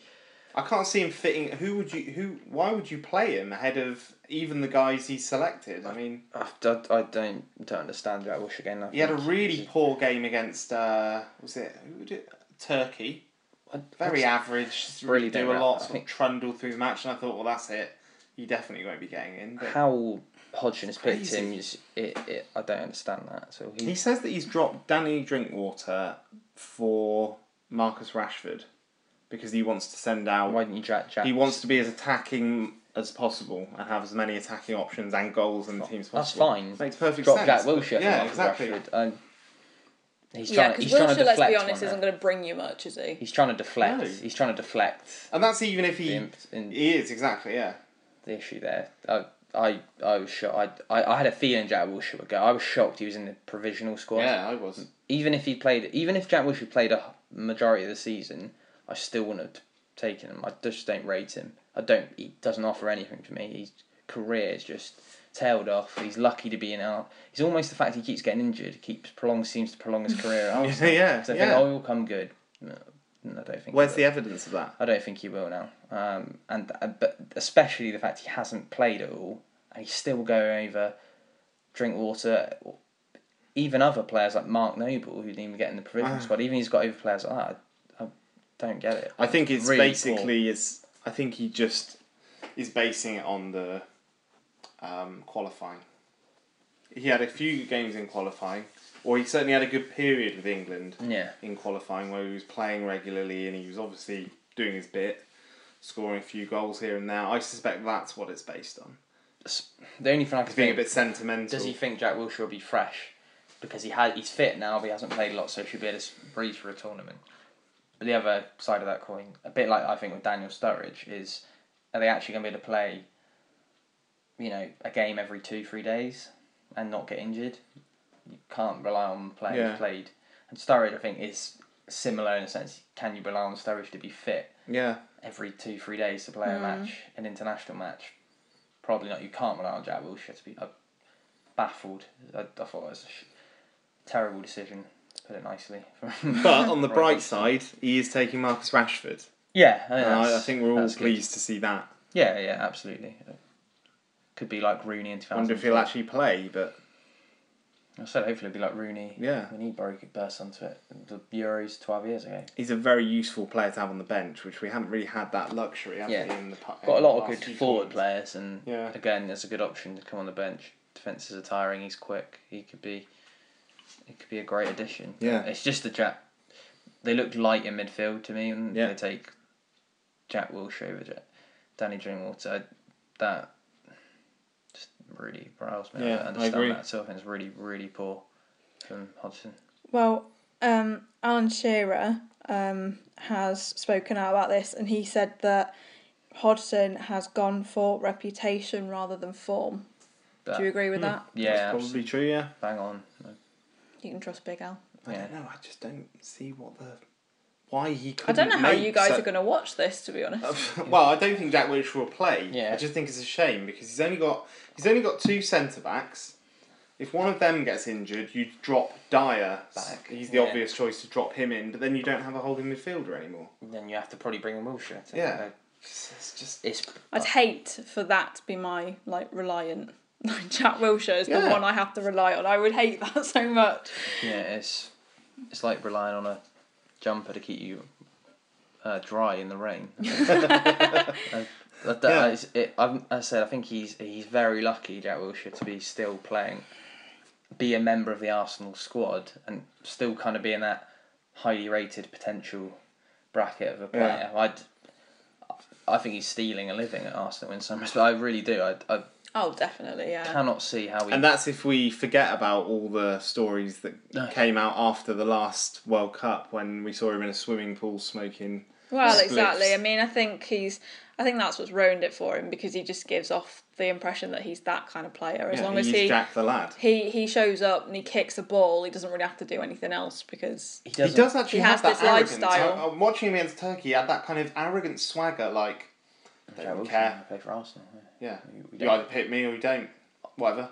C: I can't see him fitting. Who would you? Who? Why would you play him ahead of even the guys he selected? I mean,
B: I, d- I don't don't understand Jack Wilshere again. I
C: he had a
B: think he's-
C: really poor game against. Uh, was it who did Turkey?
B: I-
C: Very
B: I,
C: average. didn't Really
B: really
C: do
B: don't
C: a
B: rate- I
C: lot. Sort
B: think-
C: of trundle through the match, and I thought, well, that's it. You definitely won't be getting in. But
B: how Hodgson has picked
C: crazy.
B: him is it, it. I don't understand that. So he,
C: He says that he's dropped Danny Drinkwater for Marcus Rashford because he wants to send out.
B: why didn't you Jack Jack?
C: He wants to be as attacking as possible and have as many attacking options and goals in the team as
B: That's
C: possible.
B: fine.
C: Makes perfect
B: Drop
C: sense.
B: Jack
C: but-
B: Wilshere.
C: Yeah,
B: for Marcus
C: exactly.
B: Rashford, and he's
A: yeah,
B: trying. to
A: because
B: he's trying to
A: Wilshire,
B: deflect.
A: let's be
B: on
A: honest,
B: that.
A: isn't going to bring you much, is he?
B: He's trying to deflect.
C: No.
B: He's trying to deflect
C: And that's even if
B: the,
C: he.
B: imp- in-
C: He is exactly yeah.
B: the issue there. I I I was shocked. I, I I had a feeling Jack Wilshere would go. I was shocked he was in the provisional squad.
C: Yeah, I was.
B: Even if he played, even if Jack Wilshere played a majority of the season, I still wouldn't have taken him. I just don't rate him. I don't. He doesn't offer anything to me. His career is just tailed off. He's lucky to be in out. He's almost the fact he keeps getting injured. Keeps prolong seems to prolong his career. out.
C: Yeah, yeah.
B: So I think
C: yeah.
B: oh, he'll come good. No, no, I don't think. he
C: Where's
B: will.
C: the evidence of that?
B: I don't think he will now. Um, and uh, but especially the fact he hasn't played at all, and he's still going over drink water. Even other players like Mark Noble, who didn't even get in the
C: Ah.
B: provisional squad, even he's got over players like that. I, I don't get it.
C: I think it's
B: Really
C: basically it's. I think he just is basing it on the um, qualifying. He had a few games in qualifying, or he certainly had a good period with England
B: Yeah,
C: in qualifying where he was playing regularly and he was obviously doing his bit, scoring a few goals here and there. I suspect that's what it's based on.
B: S- the only thing I can
C: It's being a
B: think
C: bit sentimental.
B: does he think Jack Wilshere will be fresh because he had he's fit now, but he hasn't played a lot, so he should be able to s- breathe for a tournament. But the other side of that coin, a bit like I think with Daniel Sturridge, is are they actually going to be able to play, you know, a game every two three days and not get injured? You can't rely on players
C: Yeah.
B: played. And Sturridge, I think, is similar in a sense. Can you rely on Sturridge to be fit
C: Yeah.
B: every two three days to play a match, an international match? Probably not. You can't rely on Jack Wilshere to be uh, baffled. I, I thought it was a sh- terrible decision, to put it nicely.
C: But on the
B: Right.
C: bright side, he is taking Marcus Rashford.
B: yeah, I,
C: And I, I
B: that's-
C: think we're all
B: that's good.
C: pleased to see that.
B: Yeah, yeah, absolutely. Could be like Rooney in
C: I wonder if he'll
B: 2012.
C: actually play, but
B: I said hopefully it'll be like Rooney.
C: Yeah.
B: When he broke it, burst onto it. The Euros 12 years ago.
C: he's a very useful player to have on the bench, which we haven't really had that luxury, have
B: Yeah.
C: we? In the pa-
B: Got a
C: in
B: lot
C: the
B: of
C: last
B: good
C: few
B: forward
C: tournaments.
B: players, and
C: Yeah.
B: again, there's a good option to come on the bench. Defenses are tiring. He's quick. He could be, he could be a great addition.
C: Yeah.
B: It's just the Jack. They look light in midfield to me, and
C: Yeah.
B: they take Jack Wilshere over Jack, Danny Drinkwater. That just really riles me.
C: Yeah, I
B: I understand
C: agree.
B: that. So I think it's really, really poor from Hodgson.
A: Well, um, Alan Shearer um, has spoken out about this, and he said that Hodgson has gone for reputation rather than form.
B: But
A: Do you agree with that?
B: yeah,
C: That's probably true. Yeah.
B: bang on.
A: You can trust Big Al.
C: I
B: Yeah.
C: don't know. I just don't see what the why he could.
A: I don't know how you guys are going to watch this, to be honest.
C: well, I don't think Jack Wilshere will play.
B: Yeah.
C: I just think it's a shame because he's only got he's only got two centre backs. If one of them gets injured, you drop Dyer.
B: Back,
C: He's the
B: yeah.
C: obvious choice to drop him in, but then you don't have a holding midfielder anymore.
B: Then you have to probably bring in Wilshere. To
C: Yeah. It's it's just
B: It's
A: I'd hate for that to be my like reliant. Like Jack Wilshire is the
C: Yeah.
A: one I have to rely on. I would hate that so much.
B: yeah, it's it's like relying on a jumper to keep you uh, dry in the rain. I, I, don't-
C: Yeah.
B: it's- it, I've, I said I think he's he's very lucky Jack Wilshere to be still playing, be a member of the Arsenal squad, and still kind of be in that highly rated potential bracket of a player. I'd. I think he's stealing a living at Arsenal in some respect. I really do. I, I
A: Oh, definitely, yeah.
B: cannot see how he.
C: And that's if we forget about all the stories that
B: No.
C: came out after the last World Cup when we saw him in a swimming pool smoking.
A: Well,
C: Spliffs.
A: exactly. I mean, I think he's. I think that's what's ruined it for him because he just gives off the impression that he's that kind of player. As
C: Yeah,
A: long as
C: he's
A: he,
C: Jack the lad.
A: he he shows up and he kicks a ball, he doesn't really have to do anything else because
B: he
C: He
B: doesn't.
C: does actually
A: He
C: have
A: has
C: that
A: this
C: arrogance.
A: lifestyle.
C: I, I'm watching him against Turkey. He had that kind of arrogant swagger, like
B: Jack
C: don't
B: Wilshere
C: care.
B: Play for Arsenal. yeah.
C: yeah,
B: We- we
C: you
B: don't-
C: either pick me or you don't. Whatever.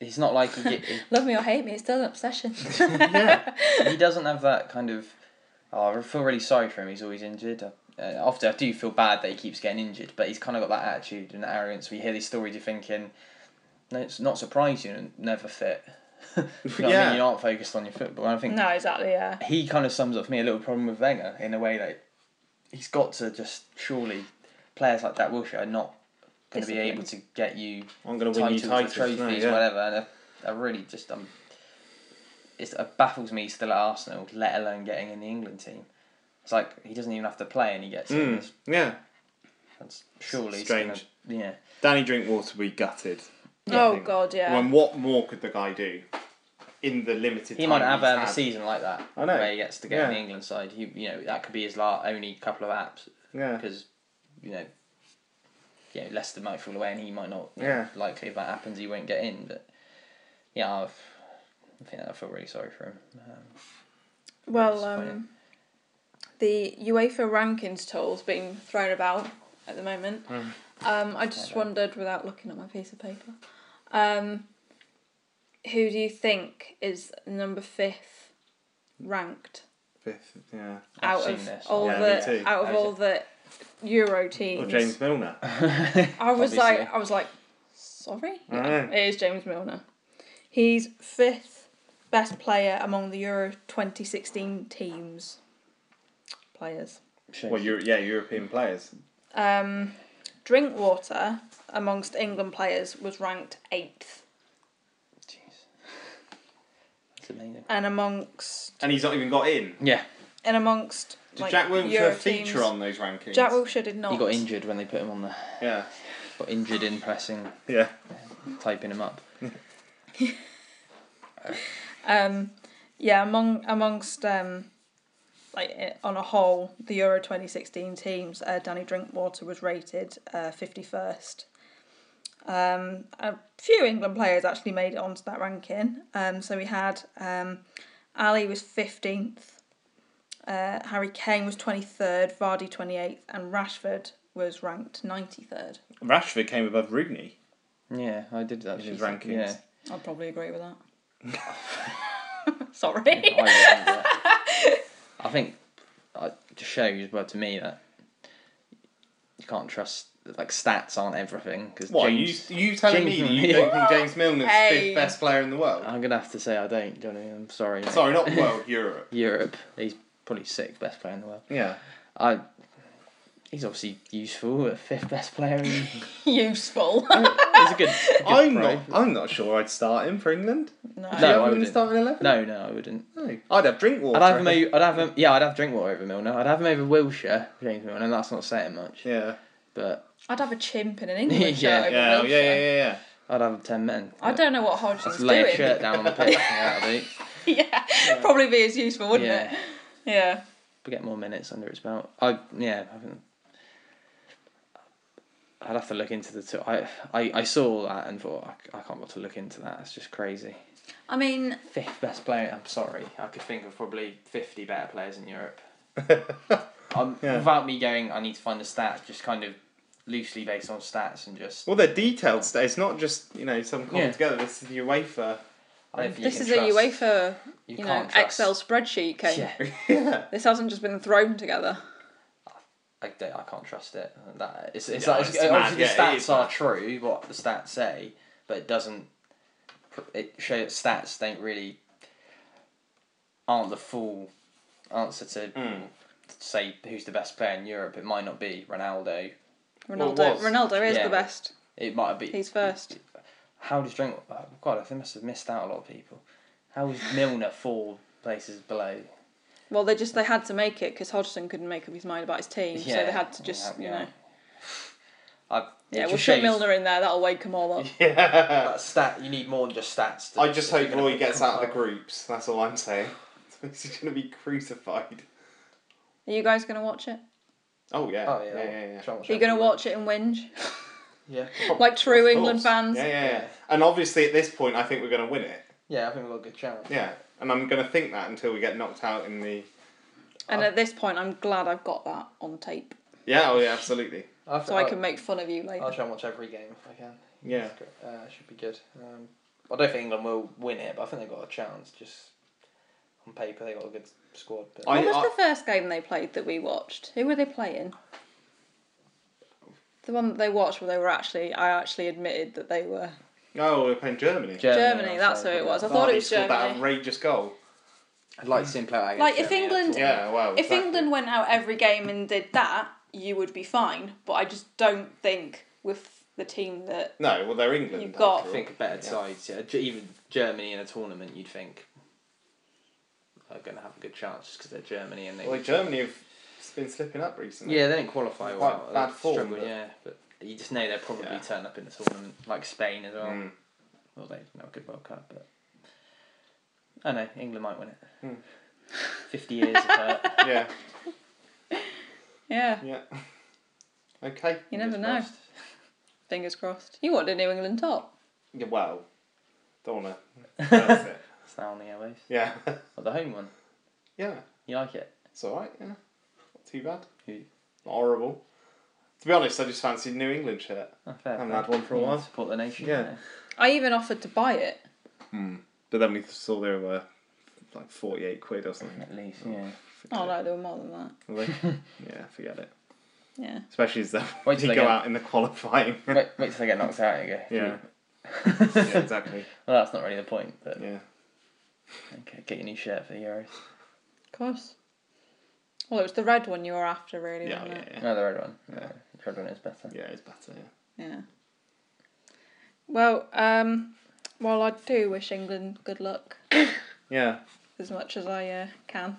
B: He's not like he, get, he
A: love me or hate me, it's still an obsession.
C: yeah.
B: he doesn't have that kind of. Oh, I feel really sorry for him. He's always injured. Uh, often I do feel bad that he keeps getting injured, but he's kind of got that attitude and that arrogance. We hear these stories, you're thinking, no, it's not surprising and never fit. you know what I
C: Yeah.
B: mean? You aren't focused on your football. And I think
A: no, exactly. Yeah,
B: he kind of sums up for me a little problem with Wenger in a way that he's got to just surely players like that Wilshire are not going to be able to get you
C: I'm going to win you
B: titles,
C: titles.
B: trophies,
C: no, yeah.
B: whatever. And I, I really just um, it's, it baffles me he's still at Arsenal, let alone getting in the England team. It's like he doesn't even have to play and he gets in.
C: Mm,
B: That's-
C: yeah.
B: That's surely it's
C: Strange.
B: Gonna, yeah,
C: Danny Drinkwater, we gutted.
A: Oh, God, yeah.
C: And what more could the guy do? In the limited
B: he
C: time
B: might have
C: he's
B: um, a
C: had?
B: season like that.
C: I know.
B: where he gets to get in
C: Yeah.
B: the England side. He, you know, that could be his la- only couple of apps
C: Yeah.
B: because you know, you know, Leicester might fall away and he might not. you know,
C: Yeah.
B: likely if that happens, he won't get in. But yeah, I've, I think I feel really sorry for him. Um,
A: Well,
B: disappointing.
A: um, the UEFA rankings tool's been thrown about at the moment.
C: Hmm.
A: Um, I just wondered, without looking at my piece of paper, um, who do you think is number fifth ranked
C: Fifth, yeah.
B: I've
A: out
B: seen
A: of
B: this.
A: all
C: Yeah, me
A: the
C: too.
A: out of all the Euro teams?
C: Or James Milner.
A: I was
B: Obviously.
A: like, I was like, sorry,
C: I know.
A: it is James Milner. He's fifth best player among the Euro twenty sixteen teams players.
B: Shame.
C: Well, Euro- yeah, European players.
A: Um, Drinkwater amongst England players was ranked eighth,
B: Jeez. That's amazing.
A: and amongst
C: And he's not even got in.
B: Yeah,
A: and amongst
C: Did
A: like,
C: Jack Wilshere
A: Euro
C: feature
A: teams-
C: on those rankings?
A: Jack Wilshere did not.
B: he got injured when they put him on the.
C: Yeah.
B: Got injured in pressing,
C: Yeah.
B: typing him up.
A: Um, yeah, among amongst um, like eh, on a whole, the Euro twenty sixteen teams, uh, Danny Drinkwater was rated fifty first. Um, a few England players actually made it onto that ranking. Um, so we had um, Ali was fifteenth, uh, Harry Kane was twenty third, Vardy twenty eighth, and Rashford was ranked ninety third.
C: Rashford came above Rooney.
B: Yeah, I did that.
C: his
B: actually.
C: rankings.
B: Yeah.
A: I'd probably agree with that. Sorry.
B: I, wouldn't do that. I think uh, it just shows, well, to me that you can't trust like stats aren't everything. Cause
C: What,
B: James-
C: you, you telling me that you don't think James Milner's
A: Hey.
C: fifth best player in the world?
B: I'm gonna have to say I don't, Johnny. I'm sorry. mate.
C: Sorry, not world, Europe.
B: Europe. He's probably sixth best player in the world.
C: Yeah.
B: I. He's obviously useful, a fifth best player. In, he's
A: Useful.
B: a good. a good
C: I'm
B: pro.
C: not, I'm not sure I'd start him for England.
A: no.
C: Do
B: No,
C: you have
B: I
C: him in the
B: wouldn't.
C: starting 11?
B: No, no, I wouldn't.
C: No. I'd have Drinkwater.
B: I'd have him. Over, I'd have him. Yeah, I'd have Drinkwater over Milner. I'd have him over Wilshire, James Milner. And that's not saying much.
C: Yeah.
B: But
A: I'd have a chimp in an England shirt.
B: Yeah,
A: over
C: Yeah, oh,
A: Wilshere.
C: yeah, yeah, yeah, yeah.
B: I'd have ten men.
A: I don't know what Hodgson's
B: Just
A: doing.
B: lay a shirt down on the pitch. yeah, that'll do.
A: yeah, probably be as useful, wouldn't
B: Yeah,
A: it? Yeah.
B: but get more minutes under its belt. I yeah, I haven't. I'd have to look into the two. I, I, I saw that and thought I, I can't bother to look into that. It's just crazy.
A: I mean,
B: Fifth best player. I'm sorry. I could think of probably fifty better players in Europe. um,
C: Yeah.
B: Without me going, I need to find the stats. Just kind of loosely based on stats and just.
C: Well, they're detailed. sta- It's not just, you know, some cobbled
B: Yeah.
C: together. This is the UEFA.
B: I don't think
A: this
B: you
A: is
B: can
A: a
B: trust-
A: UEFA,
B: You,
A: you, know,
B: can't trust-
A: Excel spreadsheet. Kane.
B: Yeah.
C: yeah.
A: This hasn't just been thrown together.
B: I, don't- I can't trust it. That it's it's
C: Yeah,
B: like, it's-
C: it's mad.
B: obviously the
C: Yeah, it is
B: stats are
C: mad.
B: true, what the stats say, but it doesn't. pr- It show stats don't really aren't the full answer to
C: Mm.
B: say who's the best player in Europe. It might not be Ronaldo.
C: Well,
A: Ronaldo.
C: it was.
A: Ronaldo is
B: Yeah.
A: the best.
B: It might be.
A: He's first.
B: How does drink? Oh God, I think I must have missed out a lot of people. How is Milner four places below?
A: Well, they just they had to make it because Hodgson couldn't make up his mind about his team, so they had to just
B: yeah,
A: you
B: yeah.
A: know.
B: I,
A: Yeah,
B: it
A: we'll
B: just
A: put
B: shows
A: Milner in there. That'll wake them all up.
C: Yeah.
B: That stat you need more than just stats. to-
C: I just
B: if you're
C: hope
B: gonna
C: Roy
B: put
C: gets
B: some
C: out of the
B: power.
C: groups. That's all I'm saying. He's going to be crucified.
A: Are you guys gonna watch it?
C: Oh yeah.
B: Oh yeah,
C: yeah, yeah, yeah.
B: Trump-
A: Are you
B: Trump-
A: gonna watch it and whinge
B: Yeah,
A: like true
C: Of
A: England
C: course.
A: fans?
C: Yeah, yeah, yeah.
B: Yeah.
C: And obviously at this point, I think we're going to win it.
B: yeah. I think we've got a good chance.
C: Yeah. And I'm going to think that until we get knocked out in the.
B: Oh.
A: And at this point, I'm glad I've got that on tape,
C: Yeah. Oh yeah. Absolutely.
B: I'll,
A: so I can make fun of you later.
B: I'll try and watch every game if I can.
C: Yeah.
B: It's good. uh, it should be good. Um, I don't think England will win it, but I think they've got a chance. Just on paper, they got a good squad. But
C: I-
A: What was the first game they played that we watched? Who were they playing? The one that they watched where they were actually, I actually admitted that they were
C: Oh, we're playing Germany.
A: Germany.
B: I'll
A: that's who
B: say,
A: it was. I
B: yeah.
A: thought
C: Vardy
A: it was
C: scored that
A: Germany.
C: outrageous goal.
B: I'd like to see him play against
A: Like, if
B: Germany,
A: England-
B: actually.
C: Yeah. Wow.
A: If England went out every game and did that, you would be fine. But I just don't think with the team that
C: No. Well, they're England.
A: You've got-
C: after
B: I
C: all.
B: think better
C: Yeah.
B: sides, yeah. G- even Germany in a tournament, you'd think are going to have a good chance because they're Germany and they.
C: Well, Germany have been slipping up recently.
B: yeah, they didn't qualify
C: Quite
B: well.
C: bad
B: They're
C: form,
B: struggling,
C: but-
B: yeah, but you just know they'll probably
C: Yeah.
B: turn up in the tournament, like Spain as well.
C: Mm.
B: Well, they didn't have a good World Cup, but I know England might win it.
C: Hmm.
B: Fifty years of hurt.
C: yeah.
A: yeah,
C: Yeah. Okay.
A: you never
B: Fingers
A: know.
B: crossed.
A: Fingers crossed. You want a New England top?
C: Yeah, well, don't wanna. That's it.
B: It's now on the airways.
C: Yeah.
B: Or the home one.
C: yeah.
B: You like it?
C: It's alright, yeah. Not too bad.
B: Who-
C: Not horrible. To be honest, I just fancied New England shirt.
B: Oh, fair
C: Haven't
B: play.
C: had one for a
B: You
C: while.
B: Support the nation.
C: Yeah.
B: don't you?
A: I even offered to buy it.
C: But then we saw they were like 48 quid or something.
B: At least. Yeah.
A: Oh no, there were more than that.
C: yeah, forget it.
A: Yeah.
C: Especially as they
B: Wait till
C: go
B: they get-
C: out in the qualifying.
B: wait, wait till they get knocked out. You go.
C: yeah.
B: well,
C: yeah, exactly.
B: that's not really the point. But
C: Yeah.
B: okay, get your new shirt for the Euros.
A: Of course. Well, it was the red one you were after, really,
C: Yeah,
A: wasn't
C: yeah,
A: it?
C: yeah.
B: No, the red one.
C: Yeah.
B: The red one is better.
C: Yeah, it's better, yeah.
A: Yeah. Well, um, well, I do wish England good luck
C: Yeah,
A: as much as I uh, can.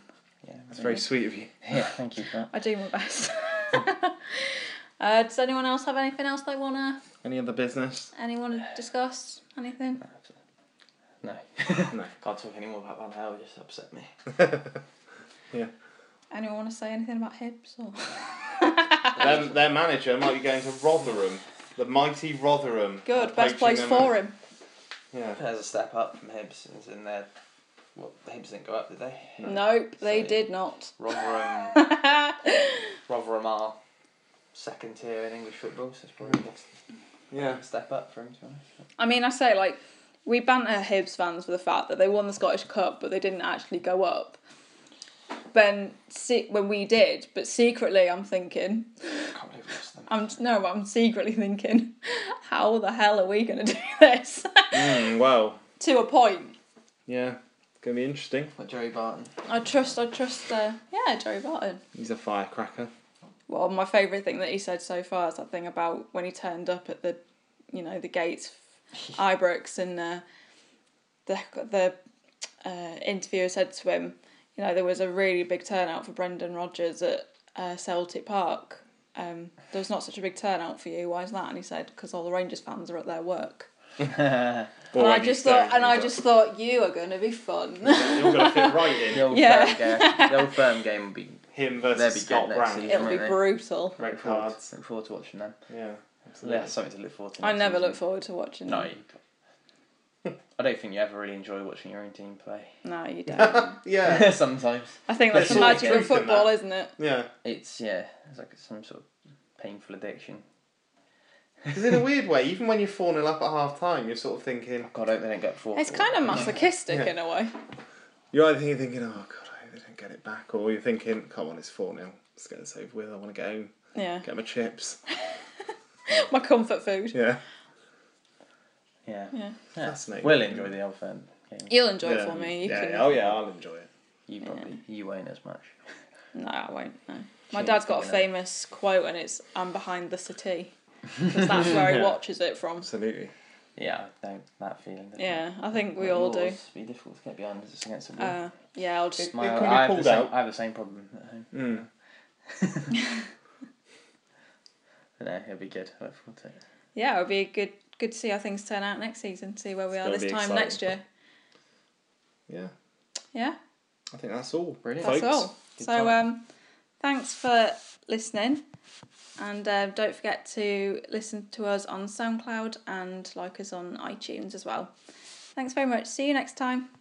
B: Yeah.
C: it's very sweet of you.
B: Yeah. Thank you for that.
A: I do my best. uh, does anyone else have anything else they wanna
C: Any other business?
A: anyone to discuss? Anything?
B: No.
C: No.
B: Can't talk anymore about Van Gaal. Just upset me.
A: Anyone want to say anything about Hibs or
C: their, their manager might be going to Rotherham. The mighty Rotherham.
A: good? Best place for him.
C: Yeah.
B: There's a step up from Hibs, and it's in there. Well, Hibs didn't go up, did they?
A: Nope, they
B: So-
A: did not.
B: Rotherham, Rotherham are second tier in English football, so it's probably just
C: Yeah.
B: a step up for him. To be honest.
A: I mean, I say like we banter Hibs fans for the fact that they won the Scottish Cup, but they didn't actually go up. Then se- when we did, but secretly I'm thinking,
B: I can't believe we lost them.
A: I'm no, I'm secretly thinking, how the hell are we gonna do this?
C: Mm, well,
A: to a point,
C: yeah. It's going to be interesting.
B: Like Joey Barton.
A: I trust, I trust, uh, yeah, Joey Barton.
C: He's a firecracker.
A: Well, my favourite thing that he said so far is that thing about when he turned up at the, you know, the gates, Ibrox, and uh, the the uh, interviewer said to him, you know, there was a really big turnout for Brendan Rodgers at uh, Celtic Park. Um, there was not such a big turnout for you. Why is that? And he said, because all the Rangers fans are at their work.
C: Or
A: and I
C: at
A: just
C: least
A: thought,
C: they're-
A: and I just thought, you are going to be fun.
C: They're all going to fit right in.
B: The old
A: Yeah.
B: firm game. The old firm game will be.
C: Him
B: They'll be
C: versus
B: good
C: Scott
B: next
C: Brown.
B: season.
A: It'll be
B: Right.
A: brutal.
C: Red
B: Look forward,
C: cards.
B: look forward to watching them.
C: Yeah.
B: Yeah, something to look forward to.
A: I
B: next
A: never
B: season.
A: look forward to watching.
B: No.
A: them.
B: you- I don't think you ever really enjoy watching your own team play.
A: no, you don't.
C: Yeah.
B: Sometimes
A: I think that's
C: There's
A: the
C: sort of
A: magic of
C: truth in
A: football,
C: that.
A: isn't it?
C: Yeah.
B: it's yeah, it's like some sort of painful addiction.
C: Because in a weird way, even when you're 4 0 up at half time, you're sort of thinking.
B: God, I hope they don't get four.
A: It's kind of masochistic
C: Yeah.
A: in a way.
C: You're either thinking, oh, God, I hope they don't get it back, or you're thinking, come on, it's 4 0. let's get this over with. I want to get home,
A: Yeah.
C: get my chips.
A: My comfort food.
C: Yeah,
B: Yeah.
A: Yeah.
B: yeah.
C: Fascinating.
B: We'll enjoy the Elephant Game.
A: You'll enjoy
C: yeah.
A: it for me. You
C: yeah,
A: can...
C: yeah, oh yeah, I'll enjoy it.
B: You probably you won't as much.
A: No, I won't. No. My
B: Shame
A: dad's
B: for
A: got a
B: you, though.
A: famous quote, and it's "I'm behind the city," 'Cause that's where he
C: Yeah.
A: watches it from.
C: Absolutely.
B: Yeah, I don't that feeling. don't
A: Yeah, I think
B: I?
A: we all do.
B: Yours be difficult to get behind as it's against the wall.
A: Uh, yeah, I'll just.
C: It-
B: My,
C: can be
B: I, have the
C: pulled
B: same,
C: out.
B: I have the same problem at home.
C: Mm.
B: But no, it'll be good. I look forward to it.
A: Yeah, it'll be good. Good to see how things turn out next season. See where we
C: It's
A: are
C: gonna
A: this
C: be
A: time next year.
C: Yeah,
A: Yeah,
C: I think that's all.
B: Brilliant.
A: that's
C: folks.
A: all.
B: Good
A: so,
B: time.
A: um, thanks for listening, and uh, don't forget to listen to us on SoundCloud and like us on iTunes as well. Thanks very much. See you next time.